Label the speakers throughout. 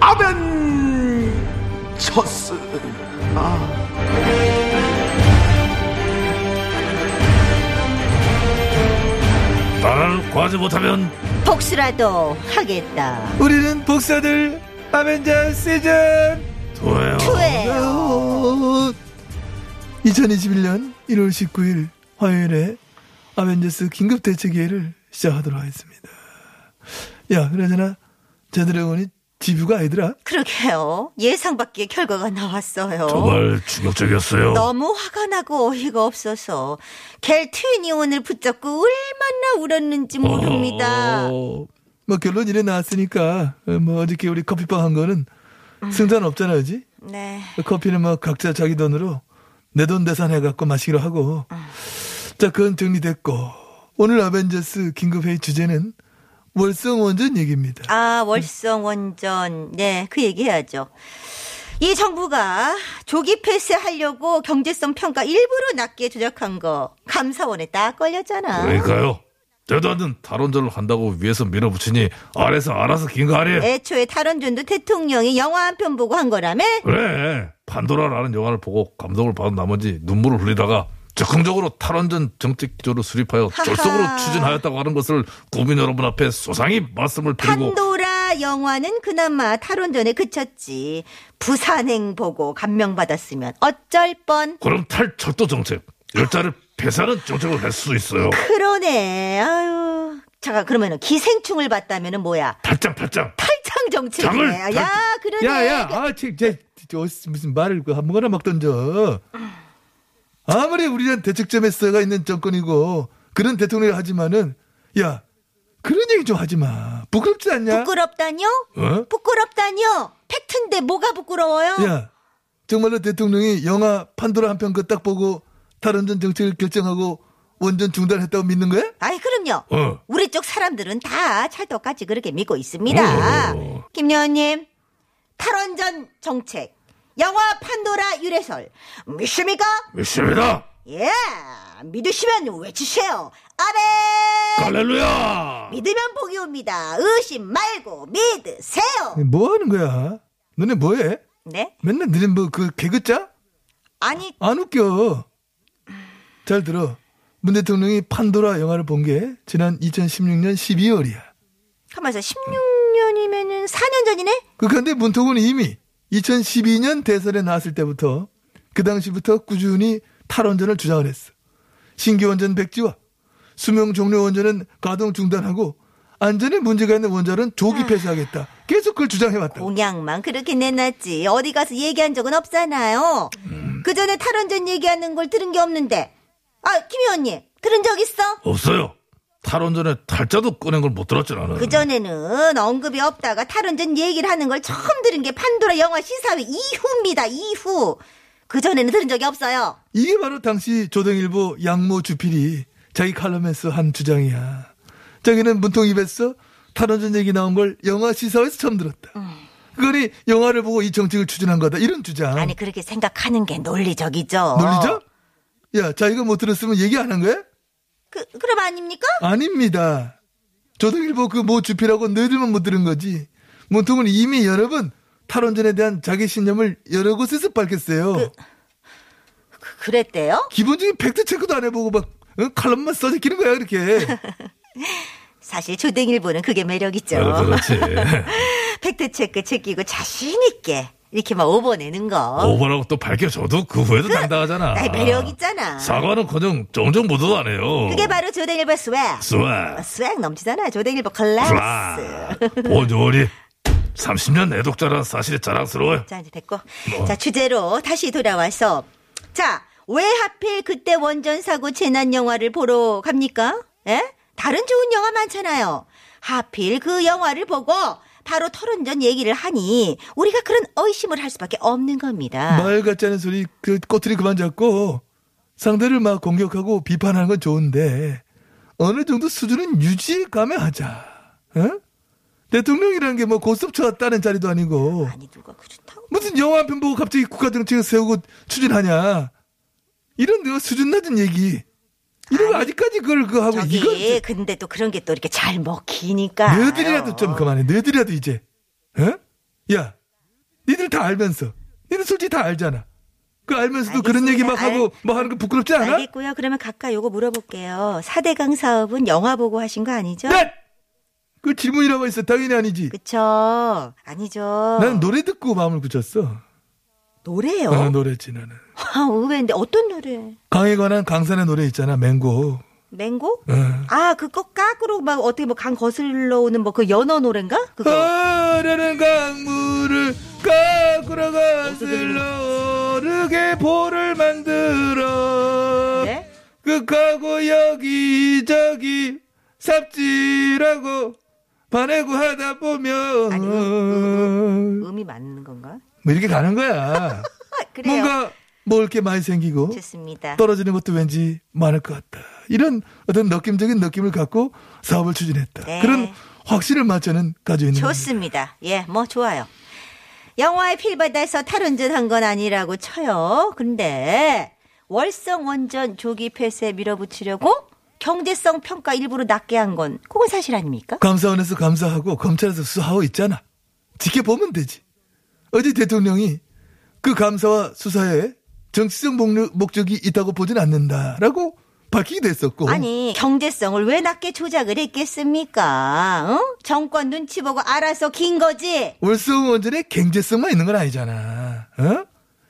Speaker 1: 아벤처스. 아.
Speaker 2: 나라를 구하지 못하면
Speaker 3: 복수라도 하겠다.
Speaker 4: 우리는 복사들 아벤자 시즌
Speaker 2: 도해요.
Speaker 3: 후회요.
Speaker 4: 2021년 1월 19일 화요일에 아벤져스 긴급 대책회의를 시작하도록 하겠습니다. 야, 그러잖아. 제드래곤이 지뷰가 아니더라.
Speaker 3: 그러게요. 예상 밖의 결과가 나왔어요.
Speaker 2: 정말 충격적이었어요.
Speaker 3: 너무 화가 나고 어이가 없어서 겔 트윈이온을 붙잡고 얼마나
Speaker 2: 어.
Speaker 3: 울었는지 모릅니다.
Speaker 4: 어, 뭐 결론 이래 나왔으니까 어, 뭐 어저께 우리 커피빵 한 거는 승자는 없잖아, 그지?
Speaker 3: 네.
Speaker 4: 커피는 뭐 각자 자기 돈으로 내 돈 대산해갖고 마시기로 하고. 자, 그건 정리됐고. 오늘 아벤져스 긴급회의 주제는 월성원전 얘기입니다.
Speaker 3: 아, 월성 원전. 네, 그 얘기해야죠. 이 정부가 조기 폐쇄하려고 경제성 평가 일부러 낮게 조작한 거 감사원에 딱 걸렸잖아.
Speaker 2: 그러니까요. 때도 않는 탈원전을 한다고 위에서 밀어붙이니 아래서 알아서 긴 거 아니에요.
Speaker 3: 애초에 탈원전도 대통령이 영화 한 편 보고 한 거라며?
Speaker 2: 그래. 판도라라는 영화를 보고 감동을 받은 나머지 눈물을 흘리다가 적극적으로 탈원전 정책 기조를 수립하여
Speaker 3: 하하.
Speaker 2: 졸속으로 추진하였다고 하는 것을 국민 여러분 앞에 소상히 말씀을 드리고
Speaker 3: 판도라 영화는 그나마 탈원전에 그쳤지. 부산행 보고 감명받았으면 어쩔 뻔.
Speaker 2: 그럼 탈철도 정책 열차를 폐사하는 정책을 할 수 있어요.
Speaker 3: 그러네. 아유. 잠깐 그러면은 기생충을 봤다면은 뭐야?
Speaker 2: 탈장 탈장.
Speaker 3: 탈창
Speaker 2: 장을
Speaker 3: 정책이네. 야,
Speaker 2: 달-
Speaker 3: 그러네.
Speaker 4: 야, 야, 아, 쟤, 쟤, 쟤 어디서 무슨 말을 그 아무거나 막 던져. 아무리 우리는 대책점에 써가 있는 정권이고, 그런 대통령을 하지만은, 야, 그런 얘기 좀 하지 마. 부끄럽지 않냐?
Speaker 3: 부끄럽다뇨?
Speaker 2: 어?
Speaker 3: 부끄럽다뇨? 팩트인데 뭐가 부끄러워요?
Speaker 4: 야, 예. 정말로 대통령이 영화 판도라 한 편 그 딱 보고 탈원전 정책을 결정하고 원전 중단했다고 믿는 거야?
Speaker 3: 아이 그럼요.
Speaker 2: 어.
Speaker 3: 우리 쪽 사람들은 다 찰떡같이 그렇게 믿고 있습니다.
Speaker 2: 어.
Speaker 3: 김 여원님 탈원전 정책 영화 판도라 유래설 믿습니까?
Speaker 2: 믿습니다.
Speaker 3: 예 믿으시면 외치세요. 아멘.
Speaker 2: 할렐루야.
Speaker 3: 믿으면 복이 옵니다. 의심 말고 믿으세요.
Speaker 4: 뭐 하는 거야? 너네 뭐해?
Speaker 3: 네?
Speaker 4: 맨날 너네 뭐 그 개그 짜?
Speaker 3: 아니
Speaker 4: 안 웃겨. 잘 들어. 문 대통령이 판도라 영화를 본 게 지난 2016년 12월이야.
Speaker 3: 가만있어 16년이면은 4년 전이네.
Speaker 4: 그런데 문통은 이미 2012년 대선에 나왔을 때부터 그 당시부터 꾸준히 탈원전을 주장을 했어. 신규 원전 백지와 수명 종료 원전은 가동 중단하고 안전에 문제가 있는 원전은 조기
Speaker 3: 아.
Speaker 4: 폐쇄하겠다. 계속 그걸 주장해왔다고.
Speaker 3: 공약만 그렇게 내놨지 어디 가서 얘기한 적은 없잖아요. 그 전에 탈원전 얘기하는 걸 들은 게 없는데. 아, 김 의원님 들은 적 있어?
Speaker 2: 없어요. 탈원전에 탈자도 꺼낸 걸 못 들었지 나는.
Speaker 3: 그 전에는 언급이 없다가 탈원전 얘기를 하는 걸 처음 들은 게 판도라 영화 시사회 이후입니다. 이후. 그 전에는 들은 적이 없어요.
Speaker 4: 이게 바로 당시 조동일보 양모 주필이 자기 칼럼에서 한 주장이야. 자기는 문통 입에서 탈원전 얘기 나온 걸 영화 시사회에서 처음 들었다. 그거니 영화를 보고 이 정책을 추진한 거다. 이런 주장.
Speaker 3: 아니 그렇게 생각하는 게 논리적이죠.
Speaker 4: 놀리죠? 아. 야, 자기가 못 들었으면 얘기 안 한 거야?
Speaker 3: 그 그럼 아닙니까?
Speaker 4: 아닙니다. 조동일보 그 모 주필하고 너희들만 못 들은 거지. 문통은 이미 여러 번 탈원전에 대한 자기 신념을 여러 곳에서 밝혔어요.
Speaker 3: 그- 그랬대요.
Speaker 4: 기본적인 팩트 체크도 안 해보고 막 어? 칼럼만 써제끼는 거야 그렇게.
Speaker 3: 사실 조댕일보는 그게 매력이죠.
Speaker 2: 아, 그렇지.
Speaker 3: 팩트체크 챙기고 자신있게 이렇게 막 오버내는 거.
Speaker 2: 오버라고 또 밝혀줘도 그 후에도 당당하잖아.
Speaker 3: 나의 어? 매력 있잖아.
Speaker 2: 사과는커녕 정정 못도 안 해요.
Speaker 3: 그게 바로 조댕일보 스웩.
Speaker 2: 스웩.
Speaker 3: 스웩 넘치잖아. 조댕일보 클래스.
Speaker 2: 플라. 본조리 30년 애독자라는 사실이 자랑스러워요.
Speaker 3: 자, 이제 됐고.
Speaker 4: 뭐.
Speaker 3: 자, 주제로 다시 돌아와서. 자, 왜 하필 그때 원전 사고 재난 영화를 보러 갑니까? 예? 다른 좋은 영화 많잖아요. 하필 그 영화를 보고 바로 토론전 얘기를 하니 우리가 그런 의심을 할 수밖에 없는 겁니다.
Speaker 4: 말 같지 않은 소리 그 꼬투리 그만 잡고 상대를 막 공격하고 비판하는 건 좋은데 어느 정도 수준은 유지감에 하자. 응? 대통령이라는 게 뭐 고스톱 쳐왔다는 자리도 아니고
Speaker 3: 아니 누가 그렇다고?
Speaker 4: 무슨 영화 한 편 보고 갑자기 국가정책을 세우고 추진하냐. 이런 내가 수준 낮은 얘기. 이런 거 아직까지 그걸 그거 하고
Speaker 3: 저기
Speaker 4: 뭐
Speaker 3: 아,
Speaker 4: 이건 이제
Speaker 3: 근데 또 그런 게 또 이렇게 잘 먹히니까. 어.
Speaker 4: 너희들이라도 좀 그만해. 너희들이라도 이제. 어? 야, 니들 다 알면서. 니들 솔직히 다 알잖아. 그 알면서도 그런
Speaker 3: 알겠습니다.
Speaker 4: 얘기 막 하고
Speaker 3: 알-
Speaker 4: 뭐 하는 거 부끄럽지 않아?
Speaker 3: 알겠고요. 그러면 각각 요거 물어볼게요. 4대강 사업은 영화 보고 하신 거 아니죠?
Speaker 4: 야! 그 질문이라고 했어. 당연히 아니지.
Speaker 3: 그쵸. 아니죠.
Speaker 4: 나는 노래 듣고 마음을 굳혔어.
Speaker 3: 노래요.
Speaker 4: 아, 노래지 나는.
Speaker 3: 아, 의외인데 어떤 노래?
Speaker 4: 강에 관한 강산의 노래 있잖아. 맹고. 어.
Speaker 3: 맹고?
Speaker 4: 응.
Speaker 3: 아, 그거 깎으로 막 어떻게 뭐 강 거슬러 오는 뭐 그 연어 노래인가?
Speaker 4: 아.
Speaker 3: 그거.
Speaker 4: 흐르는 강물을 깎으러 가슬러 오르게 볼을 만들어
Speaker 3: 네?
Speaker 4: 극하고 여기저기 삽질하고 바래고 하다 보면
Speaker 3: 아니,
Speaker 4: 뭐
Speaker 3: 음이 맞는 건가?
Speaker 4: 이렇게 가는 거야
Speaker 3: 아, 그래요.
Speaker 4: 뭔가 먹을 게 많이 생기고
Speaker 3: 좋습니다.
Speaker 4: 떨어지는 것도 왠지 많을 것 같다 이런 어떤 느낌적인 느낌을 갖고 사업을 추진했다
Speaker 3: 네.
Speaker 4: 그런 확신을 맞춰는 가지고 있는 겁니다.
Speaker 3: 좋습니다. 예, 뭐 좋아요. 영화의 필바다에서 탈원전 한 건 아니라고 쳐요. 근데 월성 원전 조기 폐쇄 밀어붙이려고 경제성 평가 일부러 낮게 한 건 그건 사실 아닙니까?
Speaker 4: 감사원에서 감사하고 검찰에서 수사하고 있잖아. 지켜보면 되지. 어제 대통령이 그 감사와 수사에 정치적 목려- 목적이 있다고 보진 않는다라고 밝히기도 했었고.
Speaker 3: 아니 경제성을 왜 낮게 조작을 했겠습니까? 응? 정권 눈치 보고 알아서 긴 거지.
Speaker 4: 월성 원전의 경제성만 있는 건 아니잖아. 어?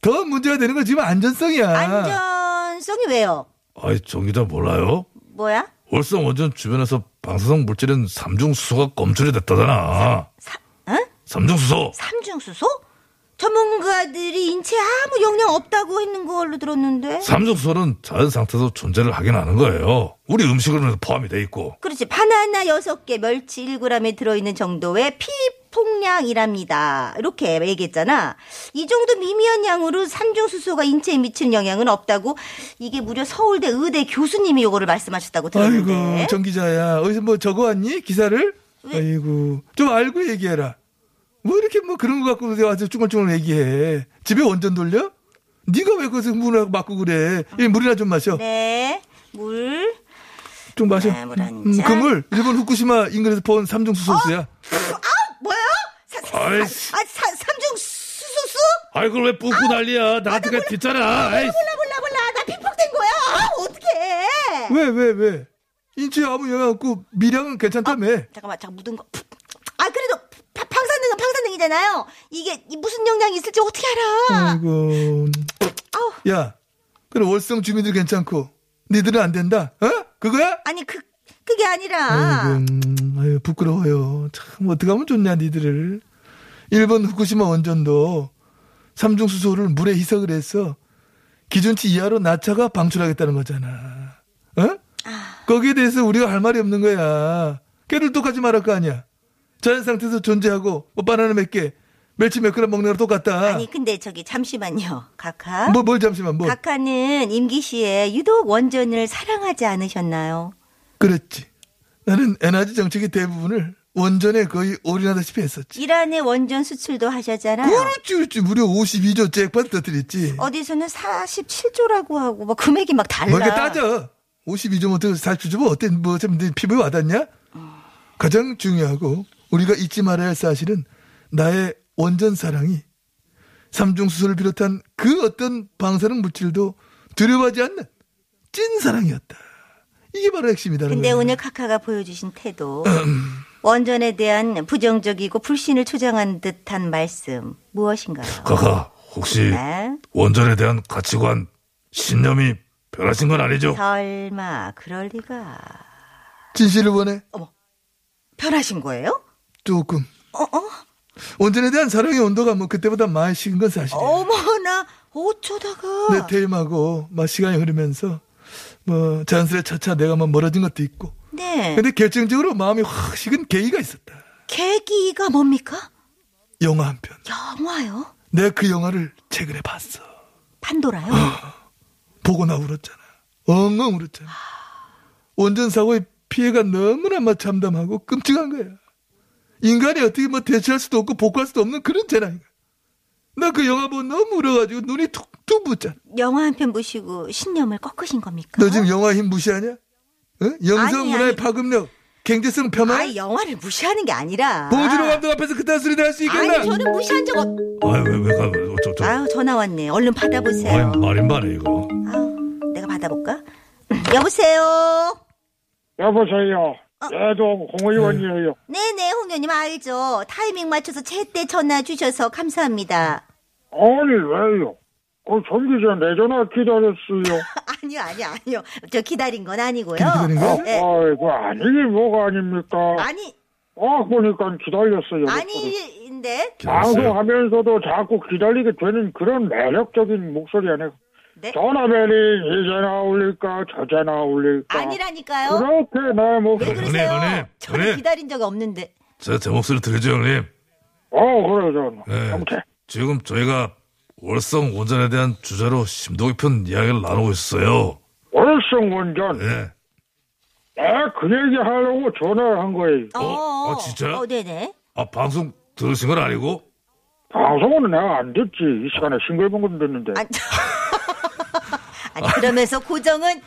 Speaker 4: 더 문제가 되는 건 지금 안전성이야.
Speaker 3: 안전성이 왜요?
Speaker 2: 아이 정 기자 몰라요?
Speaker 3: 뭐야?
Speaker 2: 월성 원전 주변에서 방사성 물질인 삼중 수소가 검출이 됐다잖아.
Speaker 3: 삼, 응?
Speaker 2: 삼중 수소.
Speaker 3: 삼중수소? 전문가들이 인체에 아무 영향 없다고 했는 걸로 들었는데.
Speaker 2: 삼중 수소는 자연 상태에서 존재를 하긴 하는 거예요. 우리 음식으로는 포함이 돼 있고.
Speaker 3: 그렇지. 바나나 6개, 멸치 1g에 들어있는 정도의 피폭량이랍니다. 이렇게 얘기했잖아. 이 정도 미미한 양으로 삼중수소가 인체에 미치는 영향은 없다고 이게 무려 서울대 의대 교수님이 요거를 말씀하셨다고 들었는데.
Speaker 4: 아이고 정 기자야 어디서 뭐 적어왔니 기사를?
Speaker 3: 왜?
Speaker 4: 아이고 좀 알고 얘기해라. 뭐 이렇게 뭐 그런 거 갖고 와서 쭈글쭈글 얘기해. 집에 원전 돌려? 네가 왜 거기서 물을 맞고 그래? 이 물이나 좀 마셔.
Speaker 3: 네. 물.
Speaker 4: 좀 마셔. 음,
Speaker 3: 네, 물한 잔. 어?
Speaker 4: 그물 일본 후쿠시마 인근에서 본 삼중 수소수야.
Speaker 3: 뭐야? 사, 사,
Speaker 2: 아이씨.
Speaker 3: 아, 사, 삼중수소수?
Speaker 2: 아이 그걸 왜 붓고 난리야? 나한테 그냥 뒷잖아. 아이씨.
Speaker 3: 몰라, 몰라, 몰라. 나 피폭된 거야. 아, 어떡해.
Speaker 4: 왜 왜 왜? 인체에 아무 영향 없고 미량은 괜찮다며.
Speaker 3: 잠깐만, 잠깐 묻은 거. 아, 그래도 파- 방사능은 방사능이잖아요. 이게 이 무슨 영향이 있을지 어떻게 알아?
Speaker 4: 아이고.
Speaker 3: 아우.
Speaker 4: 야, 그래 월성 주민들 괜찮고 니들은 안 된다. 어? 그거야?
Speaker 3: 아니, 그, 그게 아니라.
Speaker 4: 아이고, 음, 아유, 부끄러워요. 참, 어떡하면 좋냐, 니들을. 일본 후쿠시마 원전도 삼중수소를 물에 희석을 해서 기준치 이하로 낮춰가 방출하겠다는 거잖아. 어?
Speaker 3: 아.
Speaker 4: 거기에 대해서 우리가 할 말이 없는 거야. 걔들 똑같이 말할 거 아니야. 자연 상태에서 존재하고, 뭐, 바나나 몇 개, 멸치 몇 그램 먹는 거랑 똑같다.
Speaker 3: 아니, 근데 저기, 잠시만요. 각하.
Speaker 4: 뭐, 뭘 잠시만, 뭐.
Speaker 3: 각하는 임기 씨에 유독 원전을 사랑하지 않으셨나요?
Speaker 4: 그랬지. 나는 에너지 정책의 대부분을 원전에 거의 올인하다시피 했었지.
Speaker 3: 이란의 원전 수출도 하셨잖아요.
Speaker 4: 그렇지, 그렇지. 무려 52조 잭팟 터뜨렸지.
Speaker 3: 어. 어디서는 47조라고 하고, 뭐, 금액이 막 달라.
Speaker 4: 뭐 이렇게 따져. 52조 어떻게 47조면 어때? 뭐, 좀네 피부에 와닿냐?
Speaker 3: 어.
Speaker 4: 가장 중요하고, 우리가 잊지 말아야 할 사실은, 나의 원전 사랑이, 삼중수소를 비롯한 그 어떤 방사능 물질도 두려워하지 않는 찐 사랑이었다. 이게 바로 핵심이다.
Speaker 3: 근데 오늘 카카가 보여주신 태도 원전에 대한 부정적이고 불신을 초장한 듯한 말씀 무엇인가요?
Speaker 2: 가가
Speaker 4: 예.
Speaker 2: 혹시
Speaker 3: 네?
Speaker 2: 원전에 대한 가치관, 신념이 변하신 건 아니죠?
Speaker 3: 설마 그럴 리가
Speaker 4: 진실을 원해?
Speaker 3: 변하신 거예요?
Speaker 4: 조금.
Speaker 3: 어,
Speaker 4: 원전에 대한 사랑의 온도가 뭐 그때보다 많이 식은 건 사실이야.
Speaker 3: 어머나 어쩌다가
Speaker 4: 내 퇴임하고 막 시간이 흐르면서 뭐 자연스레 차차 내가 막 멀어진 것도 있고
Speaker 3: 네.
Speaker 4: 근데 결정적으로 마음이 확 식은 계기가 있었다
Speaker 3: 계기가 뭡니까?
Speaker 4: 영화 한 편.
Speaker 3: 영화요?
Speaker 4: 내가 그 영화를 최근에 봤어.
Speaker 3: 판도라요?
Speaker 4: 아. 보고 나 울었잖아. 엉엉 울었잖아. 원전 사고의 피해가 너무나 막 참담하고 끔찍한 거야. 인간이 어떻게 뭐 대체할 수도 없고 복구할 수도 없는 그런 재난인 거야. 나 그 영화 보고 너무 울어가지고 눈이 툭툭 붙잖아.
Speaker 3: 영화 한 편 보시고 신념을 꺾으신 겁니까?
Speaker 4: 너 지금 영화 힘 무시하냐? 응? 영상
Speaker 3: 아니,
Speaker 4: 문화의
Speaker 3: 아니.
Speaker 4: 파급력, 경제성 폄하?
Speaker 3: 아, 영화를 무시하는 게 아니라.
Speaker 4: 봉준호 감독 앞에서 그딴 소리를 할 수 있겠나?
Speaker 3: 아니, 저는 무시한 적 없.
Speaker 2: 아유 왜왜저저
Speaker 3: 네. 아유, 전화 왔네. 얼른 받아보세요.
Speaker 2: 아유 말인 말해 이거.
Speaker 3: 아우, 내가 받아볼까? 여보세요.
Speaker 5: 여보세요. 예동 공의원이에요.
Speaker 3: 어. 네네, 홍현님 알죠. 타이밍 맞춰서 제때 전화 주셔서 감사합니다.
Speaker 5: 아니 왜요? 그 좀기 전내 전화 기다렸어요.
Speaker 3: 아니요, 아니요, 아니요. 저 기다린 건 아니고요.
Speaker 4: 기다린 거야?
Speaker 3: 네.
Speaker 5: 아이고 아니게 뭐가 아닙니까?
Speaker 3: 아니,
Speaker 5: 아 보니까 기다렸어요.
Speaker 3: 아니인데.
Speaker 2: 기다렸어요.
Speaker 5: 방송하면서도 자꾸 기다리게 되는 그런 매력적인 목소리 아니에요.
Speaker 3: 네.
Speaker 5: 어. 전화벨이 이제 나올릴까 저제 나올릴까
Speaker 3: 아니라니까요.
Speaker 5: 그렇게 내
Speaker 3: 왜
Speaker 5: 목소리
Speaker 3: 그러세요?
Speaker 2: 은혜, 은혜,
Speaker 3: 저는
Speaker 2: 은혜.
Speaker 3: 기다린 적이 없는데.
Speaker 2: 제, 제 목소리 들리죠 형님.
Speaker 5: 어 그래 저는
Speaker 2: 네.
Speaker 5: 정체
Speaker 2: 지금 저희가 월성 원전에 대한 주제로 심도 깊은 이야기를 나누고 있어요.
Speaker 5: 월성원전
Speaker 2: 예.
Speaker 5: 내가 그 얘기 하려고 전화를 한 거예요
Speaker 3: 어,
Speaker 2: 어, 진짜요?
Speaker 3: 어, 네네.
Speaker 2: 아 방송 들으신 건 아니고?
Speaker 5: 방송은 내가 안 듣지 이 시간에 싱글벙글 듣는데
Speaker 3: 아니, 아니, 그러면서 고정은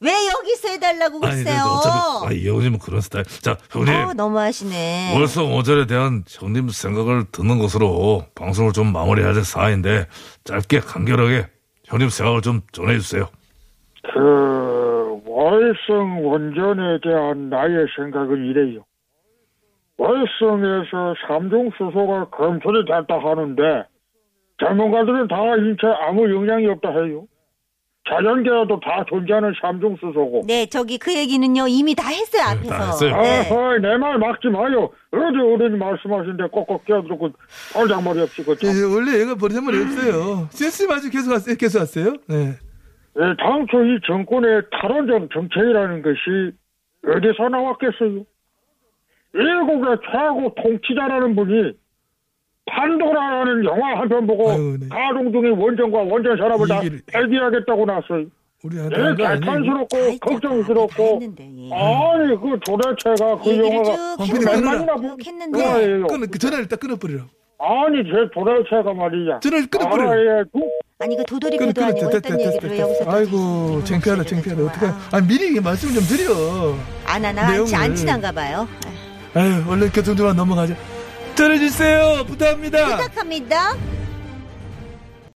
Speaker 3: 왜 여기서 해달라고
Speaker 2: 아니 근데
Speaker 3: 그러세요?
Speaker 2: 어차피 아, 이 형님은 그런 스타일. 자 형님
Speaker 3: 어, 너무하시네.
Speaker 2: 월성 원전에 대한 형님 생각을 듣는 것으로 방송을 좀 마무리해야 될 사안인데 짧게 간결하게 형님 생각을 좀 전해주세요.
Speaker 5: 그 월성 원전에 대한 나의 생각은 이래요. 월성에서 삼중 수소가 검출이 됐다 하는데 전문가들은 다 인체 아무 영향이 없다 해요. 자연계에도 다 존재하는 삼중 수소고.
Speaker 3: 네, 저기 그 얘기는요 이미 다 했어요 앞에서.
Speaker 2: 다 했어요.
Speaker 3: 네.
Speaker 5: 아이 내 말 막지 마요. 어디 어른이 말씀하신데 꼭꼭 끼어들고 팔장머리 없이 그 참.
Speaker 4: 예, 원래 얘가 버리자말이 없어요. 센스 아주 계속 왔어요. 계속 왔어요. 네.
Speaker 5: 예, 당초 이 정권의 탈원전 정책이라는 것이 어디서 나왔겠어요? 일국의 최고 통치자라는 분이 판도라라는 영화 한 편 보고
Speaker 4: 아유, 네.
Speaker 5: 가동 중인 원전과 원전 산업을 다
Speaker 4: 얘기를-
Speaker 5: 폐기하겠다고 나왔어요.
Speaker 4: 우리
Speaker 5: 예,
Speaker 4: 아들 아니.
Speaker 5: 개탄스럽고
Speaker 3: 다 했죠, 다
Speaker 5: 걱정스럽고
Speaker 3: 했는데, 예.
Speaker 5: 아니 그 도대체가 그
Speaker 3: 얘기를
Speaker 5: 영화가 아,
Speaker 3: 쭉
Speaker 4: 황 PD
Speaker 3: 했는데,
Speaker 4: 끊으라.
Speaker 3: 쭉 했는데
Speaker 5: 영화예요.
Speaker 4: 끊어, 그 전화를 딱 끊어버리라고.
Speaker 3: 네,
Speaker 5: 아니 제 도대체가 말이야.
Speaker 4: 전화를 끊어버려.
Speaker 5: 아, 예, 그-
Speaker 3: 아니 그 도돌이
Speaker 4: 끊어,
Speaker 3: 표도
Speaker 4: 끊어.
Speaker 3: 아니고
Speaker 4: 됐다,
Speaker 3: 했던
Speaker 4: 됐다,
Speaker 3: 얘기를 왜 여기서
Speaker 4: 됐다.
Speaker 3: 또
Speaker 4: 아이고,
Speaker 3: 뒤집어
Speaker 4: 창피하다,
Speaker 3: 놓으시는
Speaker 4: 창피하다.
Speaker 3: 거예요,
Speaker 4: 어떡하
Speaker 3: 정말.
Speaker 4: 아니, 미리 이게 말씀 좀 드려.
Speaker 3: 안 하나 안, 치-
Speaker 4: 내용을.
Speaker 3: 안 친한가 봐요. 예.
Speaker 4: 아유, 얼른 교통 좀 넘어가자. 전해주세요. 부탁합니다.
Speaker 3: 부탁합니다.